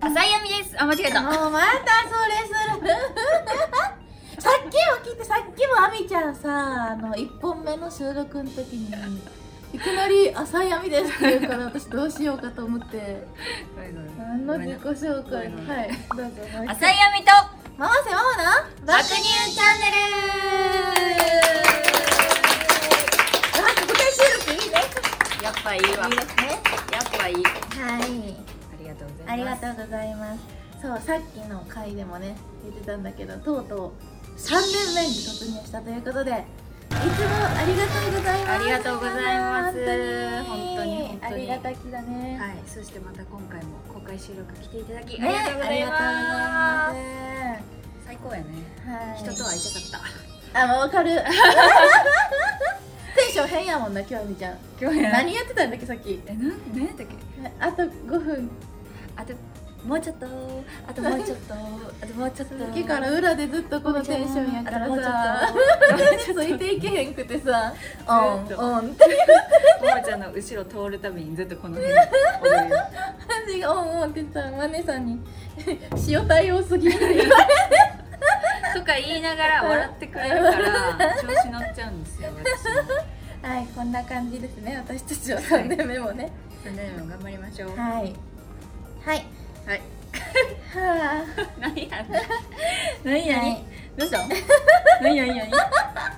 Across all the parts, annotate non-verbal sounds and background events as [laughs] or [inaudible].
浅井亜美ですあ間違えたもうまたそれするさっきも聞いてさっきもあみちゃんさあの1本目の収録の時にいきなり「浅い闇です」って言うから私どうしようかと思って何の自己紹介ごめんはいどうぞもう一回浅井亜美とママせママな爆乳チャンネあ公開収録いいねルやっぱいいわやっいいですねぱいいはいありがとうござあいりまがすとうございますそうさっきの回でもね言ってたんだけどとうとう3年目に突入したということでいつもありがとうございますありがとうございます本当に本当にありがたきだね、はいそしてまた今回も公開収録来ていただきねありがとうございあまりがす最高やねとうございますはい人と会いたかっあもうわかるテンション変やもんな今日みちゃんた今日何何やってたんだっけさっきえなん何やったっけあと5分あともうちょっとあともうちょっ [laughs] とあともうちょっとさっきから裏でずっとこのテンションや [laughs] からさついていけへんくてさ「オンずっとオン」ってももちゃんの後ろ通るたびにずっとこの辺踊るよ私が「オンオン」って言ったらマネさんに [laughs] 「塩対応 [laughs] すぎ」って言われとか言いながら笑ってくれるから調子乗っちゃうんですよてはいこんな感じですね私たちは3年目もね私3年も頑張りましょうははいはいいは何や何あや、はいどうした何や何や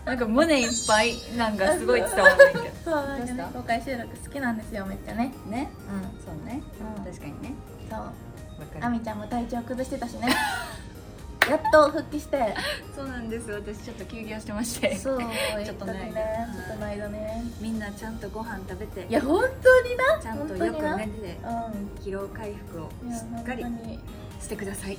なんか胸いっぱいなんかすごい伝わるけそうなんどかうねした公開収録好きなんですよめっちゃねどねうんうんそうね確かにねそうわあみちゃんも体調崩してたし [laughs] ねやっと復帰してそうなんです私ちょっと休業してましてそうちょっとねやったちょっとの間ねみんなちゃんとご飯食べていや本当になちゃんとよ本く当にな寝てうん疲労回復をいやしっかり本当にいしてくださいや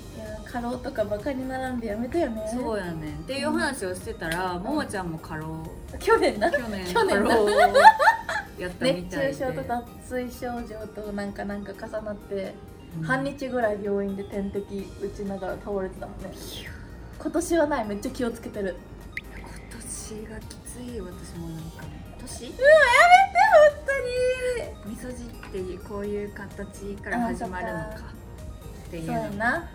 過労とかバカに並んでやめたよねそうやねんっていう話をしてたら、ももちゃんも過労去年な去年去年過だ労をやったみ熱たいで中症と脱水症状となんかなんか重なって、うん半日ぐらい病院で点滴打ちながら倒れてたもんね今年はないめっちゃ気をつけてる今年がきつい私もなんか年本当みにそじっていうこういう形から始まるのあかそっかっていうそうのやわな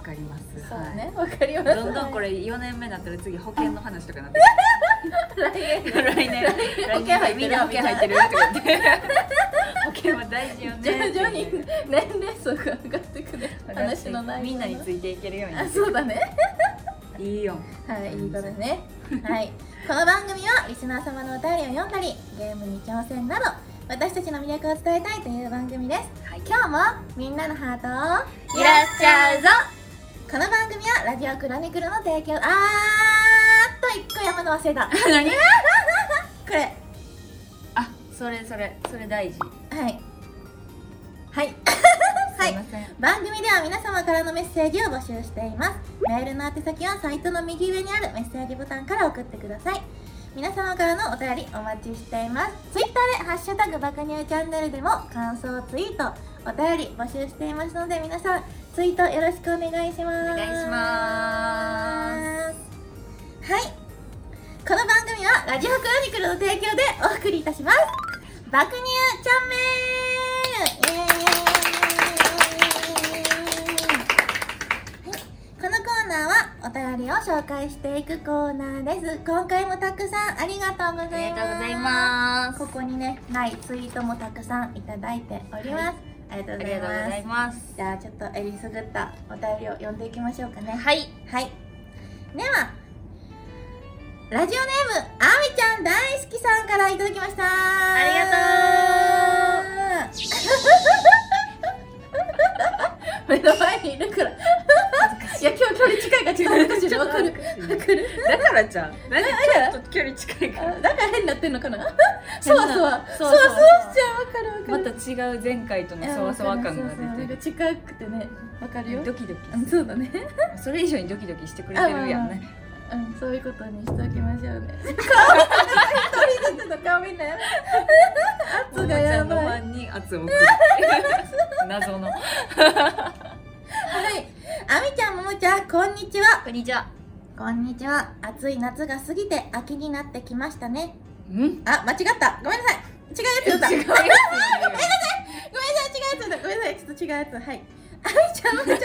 かりますそうはいねわかりますどんどんこれ4年目になったら次保険の話とかなって [laughs] 来く年る来年保険入ってるみんな保険入ってるって言って保険は大事よ徐ね々に [laughs] 年齢層が上がってくる話の内容みんなについていけるよあうそうだねにいい [laughs] よはい、いいことね。はい、この番組はリスナー様のお便りを読んだり、ゲームに挑戦など、私たちの魅力を伝えたいという番組です。はい今日もみんなのハートをいらっしゃうぞこの番組はラジオクロニクルの提供、あーっと一個山の忘れた。何これ、あそれそれそれ大事はい。はい。 [laughs] すいません、番組では皆様からのメッセージを募集していますメールの宛先はサイトの右上にあるメッセージボタンから送ってください皆様からのお便りお待ちしていますツイッターで「ハッシュタグ爆乳チャンネル」でも感想ツイートお便り募集していますので皆さんツイートよろしくお願いしますお願いしますはいこの番組はラジオクロニクルの提供でお送りいたします爆乳チャンネルイエーイこのコーナーはお便りを紹介していくコーナーです今回もたくさんありがとうごあざいりますがとうございますここにねないツイートもたくさんいただいております、ありがとうあごりざがいとうごまざすいますじゃあちょっとえりすぐったお便りを読んでいきましょうかねはいはい。では、ラジオネーム、あみちゃん大好きさんからいただきました。ありがとう。目の前にいるから。いや、今日距離近いからちょっと恥ずかしいのわかる。わかる。だからじゃんなんからちょっと距離近いかあらだから変になってんのかな。そわそわ。そそわわそそわわしちゃう。わかるわかまる。た違う前回とのそわそわ感が出てるそうそうなんか近くてね、わかるよ。ドキドキうんそうだね。それ以上にドキドキしてくれてるやんねうん、そういうことにしておきましょうね。顔一人ずつの顔みんなやばい。圧ももがちゃやんのばフい。はァい。ンに圧 [laughs] を送る謎のあみちゃん、ももちゃん、こんにちは。こ [laughs] んにちはこんにちは。暑い夏が過ぎて秋になってきましたね。んあ、間違った。ごめんなさい。 [laughs] 違うやつだった。ごめんなさい、違うやつだ。ごめんなさい、ちょっと違うやつ。はい。あいちゃん、まこちゃん、こんに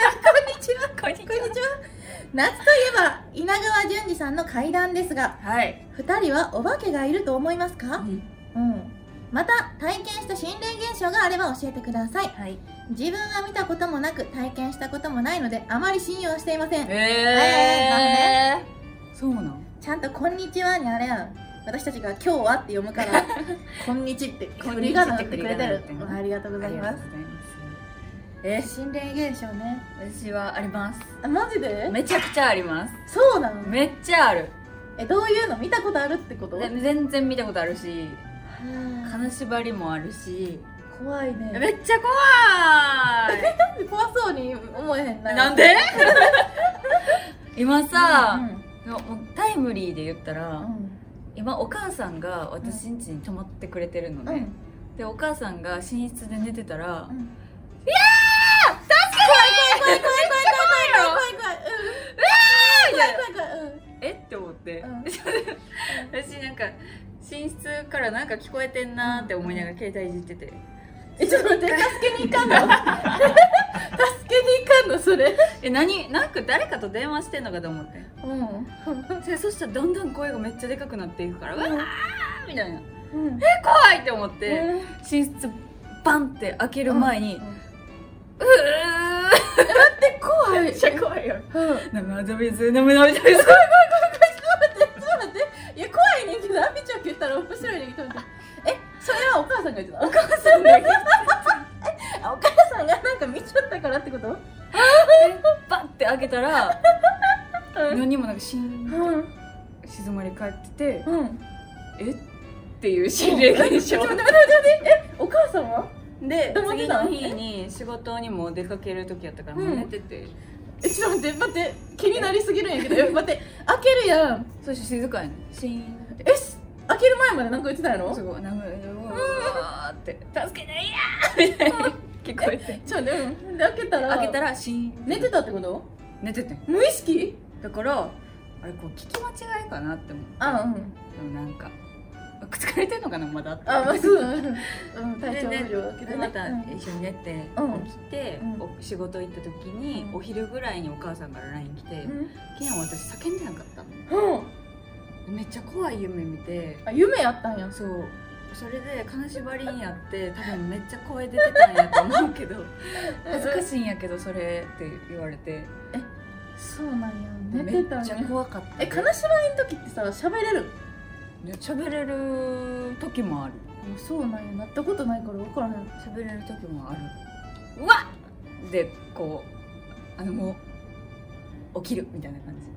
ちは。こんにちこんにはちは。夏といえば、稲川淳二さんの怪談ですが、 [laughs] はい、二人はお化けがいると思いますかうん。また、体験した心霊現象があれば教えてください。はい自分は見たこともなく、体験したこともないので、あまり信用していません。えー、そうなんちゃんと、こんにちはにあれやん。私たちが今日はって読む [laughs] から、こんにちって、こん振にりちは仮っ名て振ってくれてる振り仮名振って。ねうんありがとうございます。え心霊現象ね。私はありますあ、マジでめちゃくちゃありますそうなのめっちゃあるえ、どういうの見たことあるってことで全然見たことあるしは金縛りもあるしあ怖いね。めっちゃ怖い怖そうに思えへ [laughs] んななんで [laughs] 今うさ、んもうタイムリーで言ったら、うん今お母さんが私ん家に泊まってくれてるのうね、んでお母さんが寝室で寝てたら、うん怖い怖い怖い怖い怖い怖い怖い怖い怖い怖いうんえって思って、うん私なんか寝室からなんか聞こえてんなーって思いながら携帯いじっててえちょっと待って助けに行かんの助けに行かんのそれえ何なんか誰かと電話してんのかと思ってうんでそしたらだんだん声がめっちゃでかくなっていくから「うわ!」みたいなうん「怖い!」って思ってで寝室バンって開ける前に「うー!」怖いめっちゃ怖いようん「涙水涙水」ちょっと待っていや怖いねんけどアピちゃんって言ったら面白いねんけど待ってえそれはお母さんが言ってたお母さんがお母さんがなんか見ちゃったからってことバンって開けたらうん何もなくしんうん静まり返っててうん「えっ?」ていう心霊現象ちょっと待って待って待ってえお母さんはでどう思って次たの日に仕事にも出かける時やったからうんもう寝てて、えちょっと待って待って気になりすぎるんやけどえ待って開けるやんそして静かやねんシーンってえし開ける前までなんか言ってたんやろすちょごいなんかうわーって「助けていやー!」みたいな聞こえてっと待ってうんで開けたら開けたららシーン寝てたってこと寝ててん無意識だからあれこう聞き間違いかなって思ってあうんでもなんか疲れてんのかなまだあまあそううんうんで体調不良だけでどまねたうん一緒に寝てうん起きて、うんお仕事行った時に、うんお昼ぐらいにお母さんから LINE 来て、昨日私叫んでなかったのうんうんめっちゃ怖い夢見てあ夢やったんやそうそれで金縛りにやって多分めっちゃ声出てたんやと思うけ [laughs] ど恥ずかしいんやけどそれって言われてそうなんや寝てためっんちゃや怖かったえ金縛りの時ってさ喋れるで喋れる時もあるあそうなんやなったことないから分からへん喋れる時もあるうわっでこうあのもう起きるみたいな感じ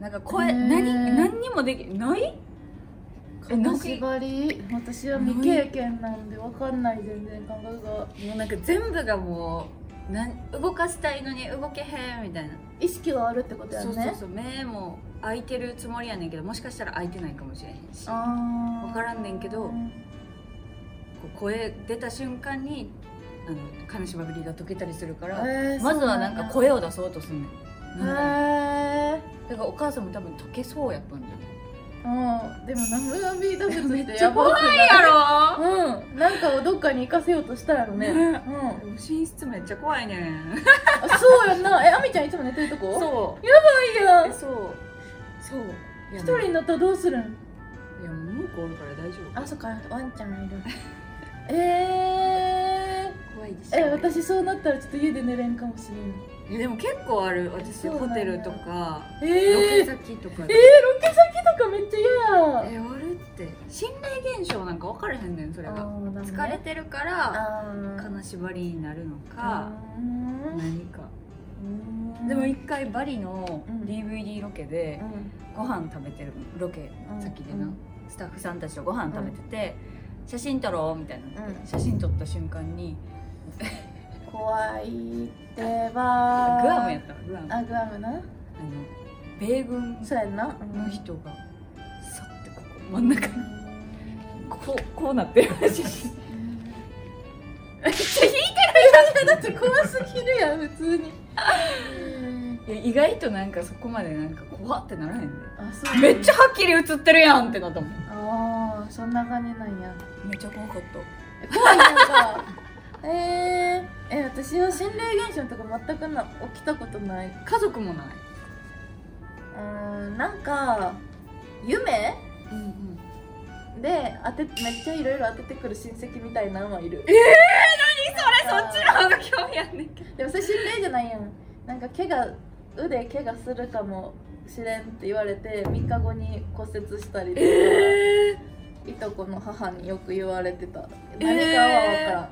なんか声へー何何にもできないえなん金か縛り私は未経験なんで分かんない全然感覚がもうなんか全部がもうなん動かしたいのに動けへんみたいな意識はあるってことやねそうそうそう目も開いてるつもりやねんけどもしかしたら開いてないかもしれへんしあ分からんねんけどうこう声出た瞬間にあの金縛りが解けたりするから、えーまずはなんか声を出そうとすんねそんうなんかなんやへだからお母さんも多分解けそうやったんじゃなーうんでもナムビーダブルっていややばばくないいやろうんなんかをどっかに行かせようとしたやろねうんねでも寝室めっちゃ怖いねんあそうやんなえあみちゃんいつも寝てるとこそうういやえそうそういや一人になったらどうするんいやもう向こうおるから大丈夫あそっかワンちゃんいるえ怖いでしー、ょえ私そうなったらちょっと家で寝れんかもしれんいやでも結構ある私そうなホんだテルとかロえケー、先とかえー、でロケ先とかめっちゃ嫌やえ俺って心霊現象なんか分からへんねんそれがーなるほど疲れねてるからあー金縛りになるのあか何かででももい一回バリのうん DVD ロケでご飯食べてるロケ先でうなんスタッフさんたちとご飯食べてて写真撮ろうみたいなうん写真撮った瞬間に怖いってグばアムやったわグアムあのあグアムな米軍そうやんな、うんの人がさってここ真ん中にこうこうなってる写真めっちゃ引いてるやんだって怖すぎるやん普通にいや意外となんかそこまでなんか怖ってならへんであそうめっちゃはっきり映ってるやんってなったもんああそんな感じなんやめっちゃ怖かった怖いなんかえー、え私は心霊現象とか全くな起きたことない家族もない、うーんなんか夢うんうん、で当てめっちゃいろいろ当ててくる親戚みたいなのはいるええー、そっちの方が興 [laughs] 味あんねんけどでもそれ心霊じゃないやんなんか怪我腕怪我するかもしれんって言われて3日後に骨折したりとか、いとこの母によく言われてた何かは分からん、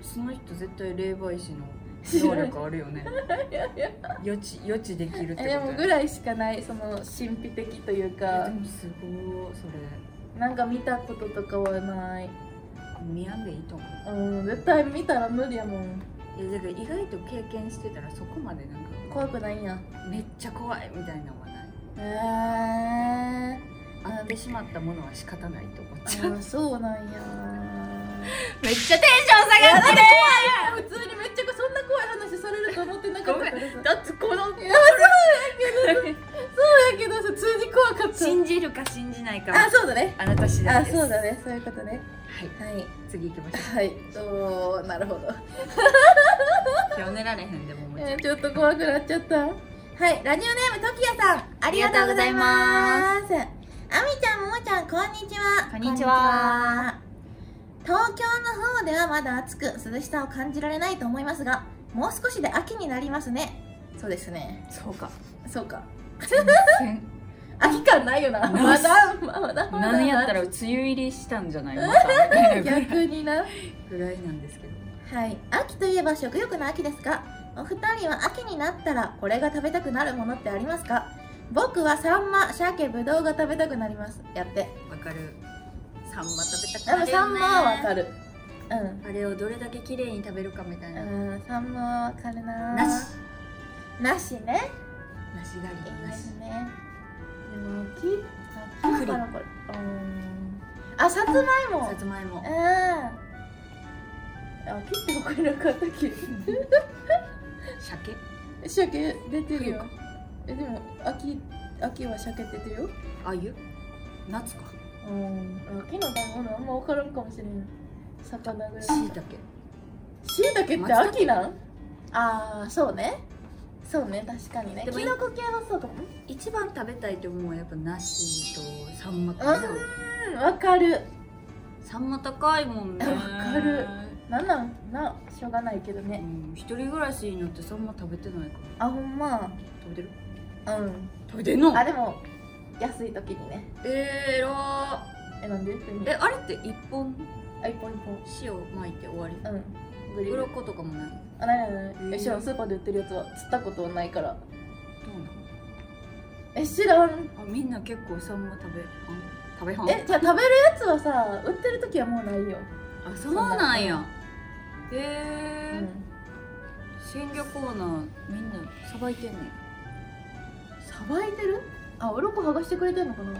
その人絶対霊媒師の知ら能ない力あるよ [laughs] ねいやいや予知予知できるってことえでもぐいらいしかないその神秘的というやかでもすごいそれなんか見たこととかはない見やんでいいと思ううん絶対見たら無理やもんいやだから意外と経験してたらそこまでなんか怖くないんやめっちゃ怖いみたいなのはないへえあ会ってしまったものは仕方ないと思っちゃうあそうなんやめっちゃテンション下 [laughs] がってる普通にめっちゃそんな怖い話されると思ってなかったですだってこのい [laughs] やそうやけどさ普通に怖かった信じるか信じないかあはそうだねあなた次第あですそうだねそういうことねはいはい次行きましょはいおーなるほど、う今日寝られへんでももちろえんーちょっと怖くなっちゃったはいラジオネームときやさんありがとうございますあみちゃんももちゃんこんにちはこんにちはこんにちは東京の方ではまだ暑く涼しさを感じられないと思いますがもう少しで秋になりますねそうですねそうかそうか全然秋感ないよなないまだまだまだ何やったら梅雨入りしたんじゃない [laughs] またみたいな逆になぐらいなんですけどはい、秋といえば食欲の秋ですがお二人は秋になったらこれが食べたくなるものってありますか僕はサンマ、鮭、ぶどうが食べたくなりますやってわかるサンマ食べたくでなもるよねサンマはわかるうんあれをどれだけ綺麗に食べるかみたいな、うん、サンマはわかるななしなしねなしがりのななししねでも秋秋かなこれうんあ、さつまいもさつまいもうんあ、切ってこれなかったっけ [laughs] 鮭鮭出てるよえでも秋秋は鮭出てるよあゆ夏かうん秋の食べ物あんま分からんかもしれない魚ぐらいしいたけしいたけって秋なんああそうねそうね確かにねでもキノコ系はそうかも一番食べたいと思うのはやっぱなしとサンマかなうん分かるサンマ高いもんねわかるなんなんなしょうがないけどうねん一人暮らしになってサンマ食べてないからあほんま食べてるうん食べてんのあでも安い時にねえー、らえなんでーえあれって一本あ一本一本塩巻いて終わりうんグリル鱗とかもないあないないないへえーしかもスーパーで売ってるやつは釣ったことはないからどうなのえ知らんあみんな結構サンマ食べはん食べはんえじゃあ食べるやつはさ売ってる時はもうないよ、あそうなんやえー鮮魚コーナーみんなさばいてんねんさばいてるあ鱗剥がしてくれてんのかなこ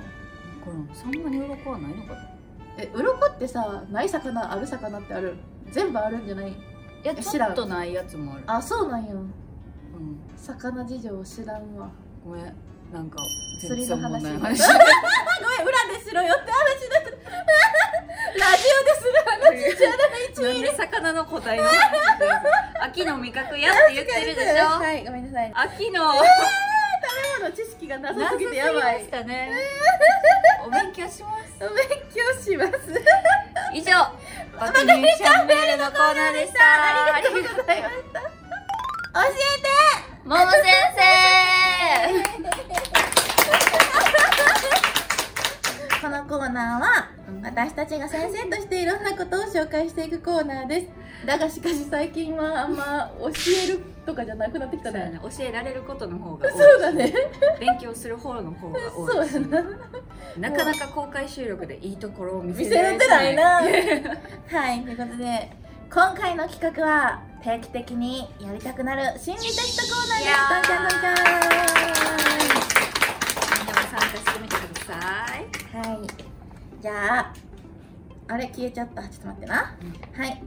れそんなに鱗はないのかないえ鱗ってさない魚ある魚ってある全部あるんじゃないやえちょっとないやつもあるあそうなんやうん魚事情知らんわごめんなんか釣りのおもん話ない [laughs] ごめん裏でしろよって話だった [laughs] ラジオでする話 [laughs] なんで魚の答えを秋の味覚やって言ってるでしょはいごめんなさい秋の今の知識がななさすすぎぎててややばばいいしたねお勉強しますお勉強します以上バカリチャンネルのコーナーでしたありがとうございました。教えて。もも先生このコーナーは私たちが先生としていろんなことを紹介していくコーナーです。だがしかし最近はあんま教えるとかじゃなくなってきそたうやね。ね教えられることの方が多いそうだね。勉強する方の方がそ多ういしやな。なかなか公開収録でいいところを見見せせれらてれな [laughs] いな。てはい、ということで今回の企画は定期的にやりたくなる心理テストコーナーです。どんちゃんどんちゃん。みんなも参加してみてくださいはい。じゃあ、あれ消えちゃった。ちょっと待ってな。はい。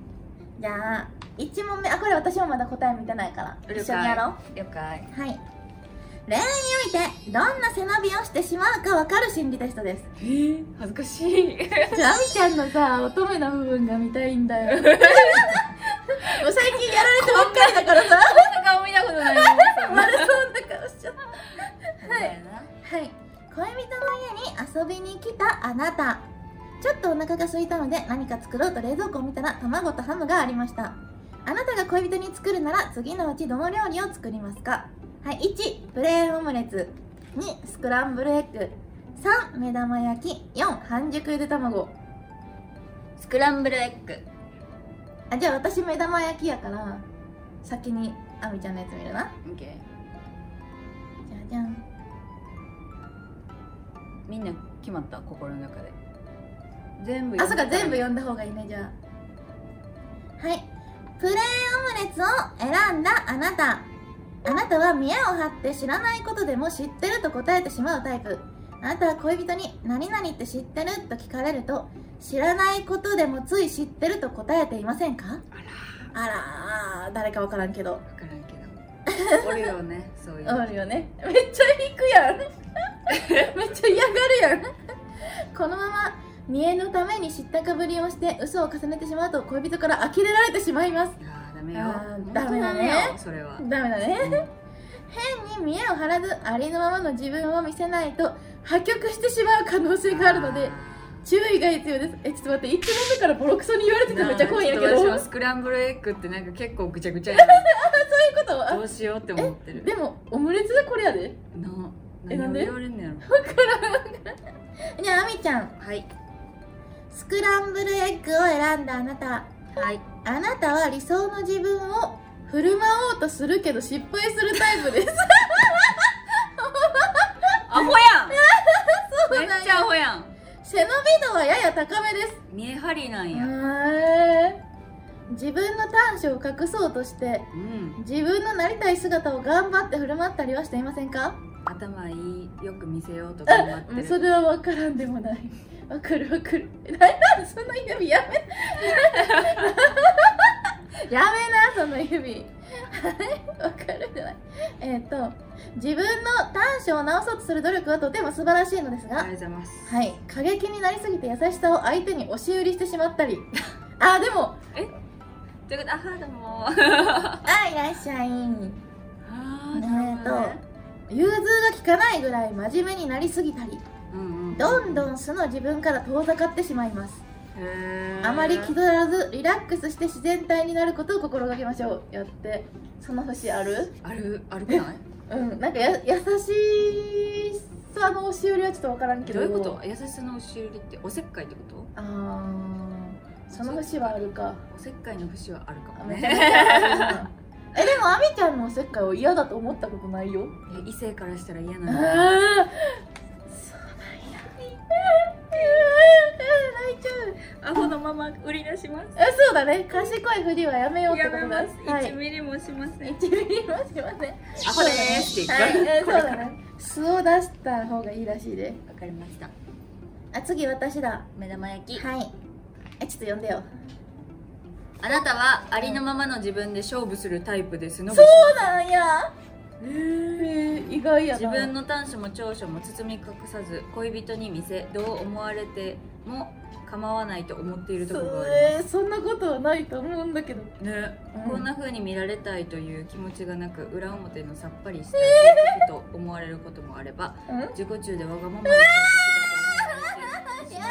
じゃあ、1問目。あ、これ私もまだ答え見てないから。了解一緒にやろ了解う。はい。恋愛においてどんな背伸びをしてしまうかわかる心理テストですえー、恥ずかしいじゃあ、あみちゃんのさ、乙女な部分が見たいんだよ。もう最近やられてばっかりだからさ、こんな顔見たことない丸そうな顔しちゃった。はいはい。恋人の家に遊びに来たあなた。ちょっとお腹が空いたので何か作ろうと冷蔵庫を見たら卵とハムがありました。あなたが恋人に作るなら次のうちどの料理を作りますかはい、1、プレーンオムレツ。2、スクランブルエッグ。3、目玉焼き。4、半熟ゆで卵。スクランブルエッグあじゃあ私目玉焼きやから先にあみちゃんのやつ見るな OK じゃあじゃんみんな決まった心の中で全部あそっか全部よ読んだ方がいいねじゃあはいプレーンオムレツを選んだあなたあなたは見栄を張って知らないことでも知ってると答えてしまうタイプあなたは恋人に「何々って知ってる?」と聞かれると知らないことでもつい知ってると答えていませんかああらー誰かわからんけどら分からんけどおるよねそういうあるよねめっちゃ引くやん [laughs] めっちゃ嫌がるやんこのまま見栄のために知ったかぶりをして嘘を重ねてしまうと恋人から呆れられてしまいますいやーダメよあー本当ダメだねよそれはダメだね変に見栄を張らずありのままの自分を見せないと破局してしまう可能性があるので注意が必要ですえちょっと待って1問目からボロクソに言われててめっちゃ怖いんやけどなあちょっそと私ういうはこスクランブルエッグってなんか結構ぐちゃぐちゃやなとあどうしようって思ってるでもオムレツでこれやでな何えなんをで言われんねやろじゃああみちゃんはいスクランブルエッグを選んだあなたはいあなたは理想の自分を振る舞おうとするけど失敗するタ [laughs] イプですアホやんうなんや [laughs] めっちゃアホやん背伸び度はやや高めです見え張りなんやへー自分の短所を隠そうとしてうん自分のなりたい姿を頑張って振る舞ったりはしていませんか頭いいよく見せようと頑張ってるそれは分からんでもないわかるわかるなんだその指やめ [laughs] やめなその指はいわかるじゃないえっ、と自分の短所を直そうとする努力はとても素晴らしいのですあがりがとうございますはい過激になりすぎて優しさを相手に押し売りしてしまったりあでもということであーどうもあいらっしゃあいーなるほどね融通が利かないぐらい真面目になりすぎたりうんうんどんどん素の自分から遠ざかってしまいますへーあまり気取らずリラックスして自然体になることを心がけましょうやってその節あるあるあるくないうんなんかや優しさの押し売りはちょっと分からんけどどういうこと優しさの押し売りっておせっかいってことあーその節はあるかおせっかいの節はあるかもめねちゃめちゃあるな [laughs] えでもあみちゃんのおせっかいを嫌だと思ったことないよいや異性からしたら嫌あなあそうなんだんや泣いちゃうアホのまま売り出しますあそうだね賢いふりはやめようってやことめだますはい1ミリもしません一ミリもしませんアホでーすって言っはてい、えーそうだね。素を出した方がいいらしいで。わかりましたあ、次私だ。目玉焼きはい。え、ちょっと呼んでよ。あなたはありのままの自分で勝負するタイプですのそうなんや。うえー、意外や自な。分の短所も長所も包み隠さず恋人に見せどう思われても構わないと思っているところがありえー、そんなことはないと思うんだけど。ますね、うんこんな風に見られたいという気持ちがなく裏表のさっぱりした性格と思われることもあればうん？自己中でわがままな性格だと思われてしまう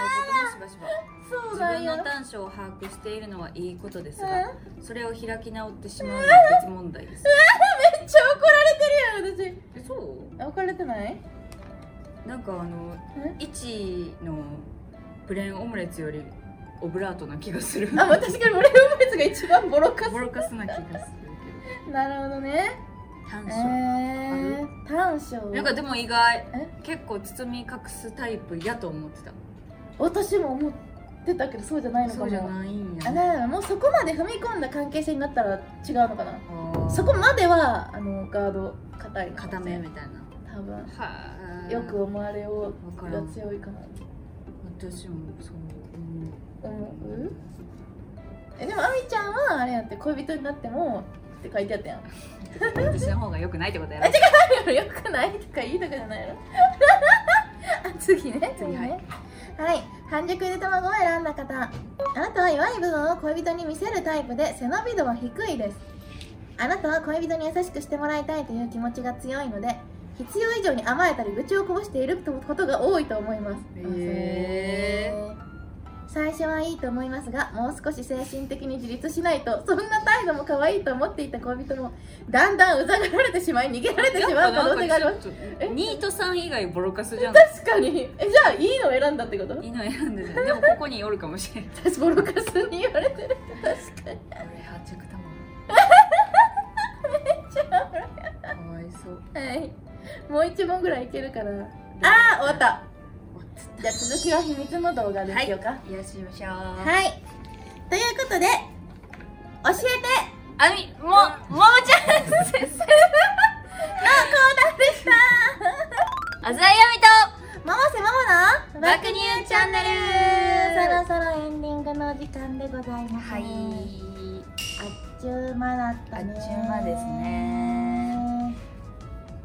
こともしばしばそう自なん分や。の短所を把握しているのはいいことですうんがそれを開き直ってしまうのは別問題ですめっちゃ怒られてるやんえそう私。あ怒られてない？なんかあのえ1のプレーンオムレツよりオブラートな気がするあ、まあ確かに俺のやつが一番ボロカスボ。ロカスな気がするけなるほどね。ど短え所、ー、短所。なんかでも意外え結構包み隠すタイプやと思ってた私も思ってたけどそうじゃないのかそうもじゃ。ないんやあねだからもうそこまで踏み込んだ関係性になったら違うのかなあーそこまではあのガード硬いのかも固しれめないみたいな多分はあよく思われよ分かうらがん強いかな私もそう思思ううえでもあみちゃんはあれやって恋人になってもって書いてあったやん私の方が良くないってことやろ [laughs] よくないとかいいとかじゃないの [laughs] あ次ね次次はいねはい半熟ゆで卵を選んだ方あなたは弱い部分を恋人に見せるタイプで背伸び度は低いですあなたは恋人に優しくしてもらいたいという気持ちが強いので必要以上に甘えたり愚痴をこぼしていることが多いと思いますへ最初はいいと思いますがもう少し精神的に自立しないとそんな態度も可愛いと思っていた恋人もだんだんうざがられてしまい逃げられてしまう可能性がありますちょっとえニートさん以外ボロカスじゃん確かにえじゃあいいの選んだってこといいの選んでるでもここにおるかもしれない私ボロカスに言われてる確かに俺半熟卵かわいそうはいもう一問ぐらいいけるかなあ終わっ終たわっじゃあ続きは秘密の動画でしようかたよしましょうはい、ということで教えてあみもももちゃん先生 [laughs] あざやママせママみとの爆乳チャンネルそろそろエンディングの時間でございます、はいあっちゅう間だったねあっちゅう間ですね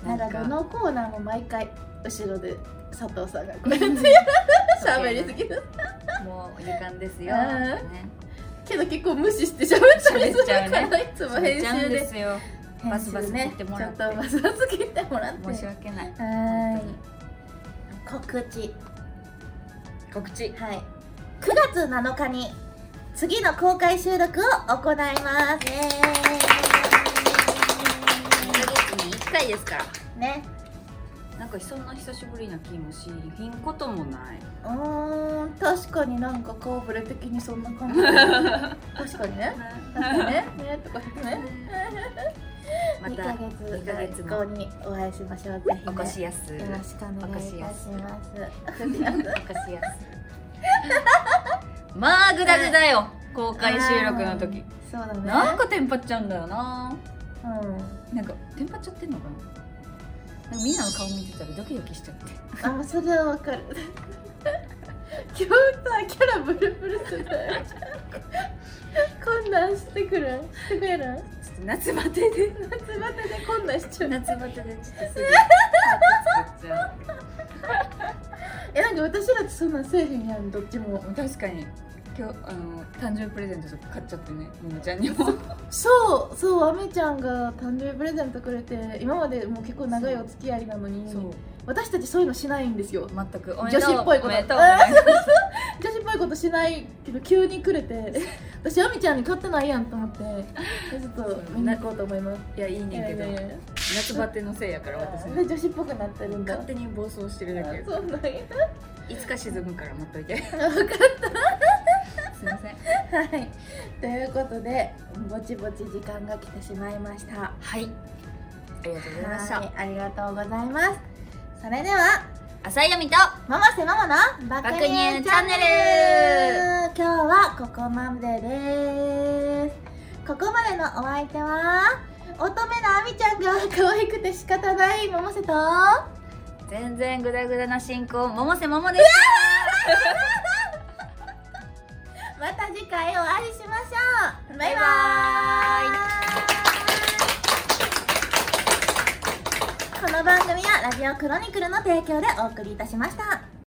なんなんかかどのコーナーも毎回後ろで佐藤さんがこうやって [laughs] 喋りすぎるもう時間ですようんねけど結構無視して喋ったりするから、喋っちゃういつも編ちゃ集んでですよバスバス切ってもらってちょっとバスバス切ってもらって申し訳ないはーい告知告知はい9月7日に次の公開収録を行いますイエ2ヶ月に1回ですからーイねなんかそんな久しぶりな気もしひんこともないうーん確かになんかコーブレ的にそんな [laughs] 感じ確かにね確かにねねとか言ってねま2たヶ二ヶ月月後後にお会いしましょうぜひ、ね、お越しやすよろしくお願いいたします。 [laughs] お越しやすまあグダグダよ公開収録の時そうだね。なんかテンパっちゃうんだよなうなんかテンパっちゃってんのかななんかみんなの顔見てたらドキドキしちゃってん。あ、それはわかる。今日さ、キャラブルブルしてたよ。こんなんしてくるんしてくれるんちょっと夏バテで夏バテでこんなんしちゃう。 [laughs] 夏バテでちょっとすぐ作っちゃうえ、なんか私らってそんなんせえへんやん、どっちも。確かに今日あの誕生日プレゼントとか買っちゃってねももちゃんに [laughs] もそう、そう、あめちゃんが誕生日プレゼントくれて、今までもう結構長いお付き合いなのに、そう私たちそういうのしないんですよ。全く女子っぽいこおとめでとうおめでとう女子っぽいことしないけど急にくれて [laughs] 私亜美ちゃんに買ってないやんと思ってちょっと見に行こうと思います [laughs] いやいいねんけど、いやいやいや夏バテのせいやから私の女子っぽくなってるんだ勝手に暴走してるだけそうなんやいつか沈むから待っといて分かっすいませんたはいということでぼちぼち時間が来てしまいましたはいありがとうございましたはいありがとうございますそれでは浅井亜美とママせママの爆乳チャンネル今日はここまでですここまでのお相手は乙女のあみちゃんが可愛くて仕方ないママせと全然グダグダな進行百瀬桃ですまた次回お会いしましょうバイバーイバイこの番組はラジオクロニクルの提供でお送りいたしました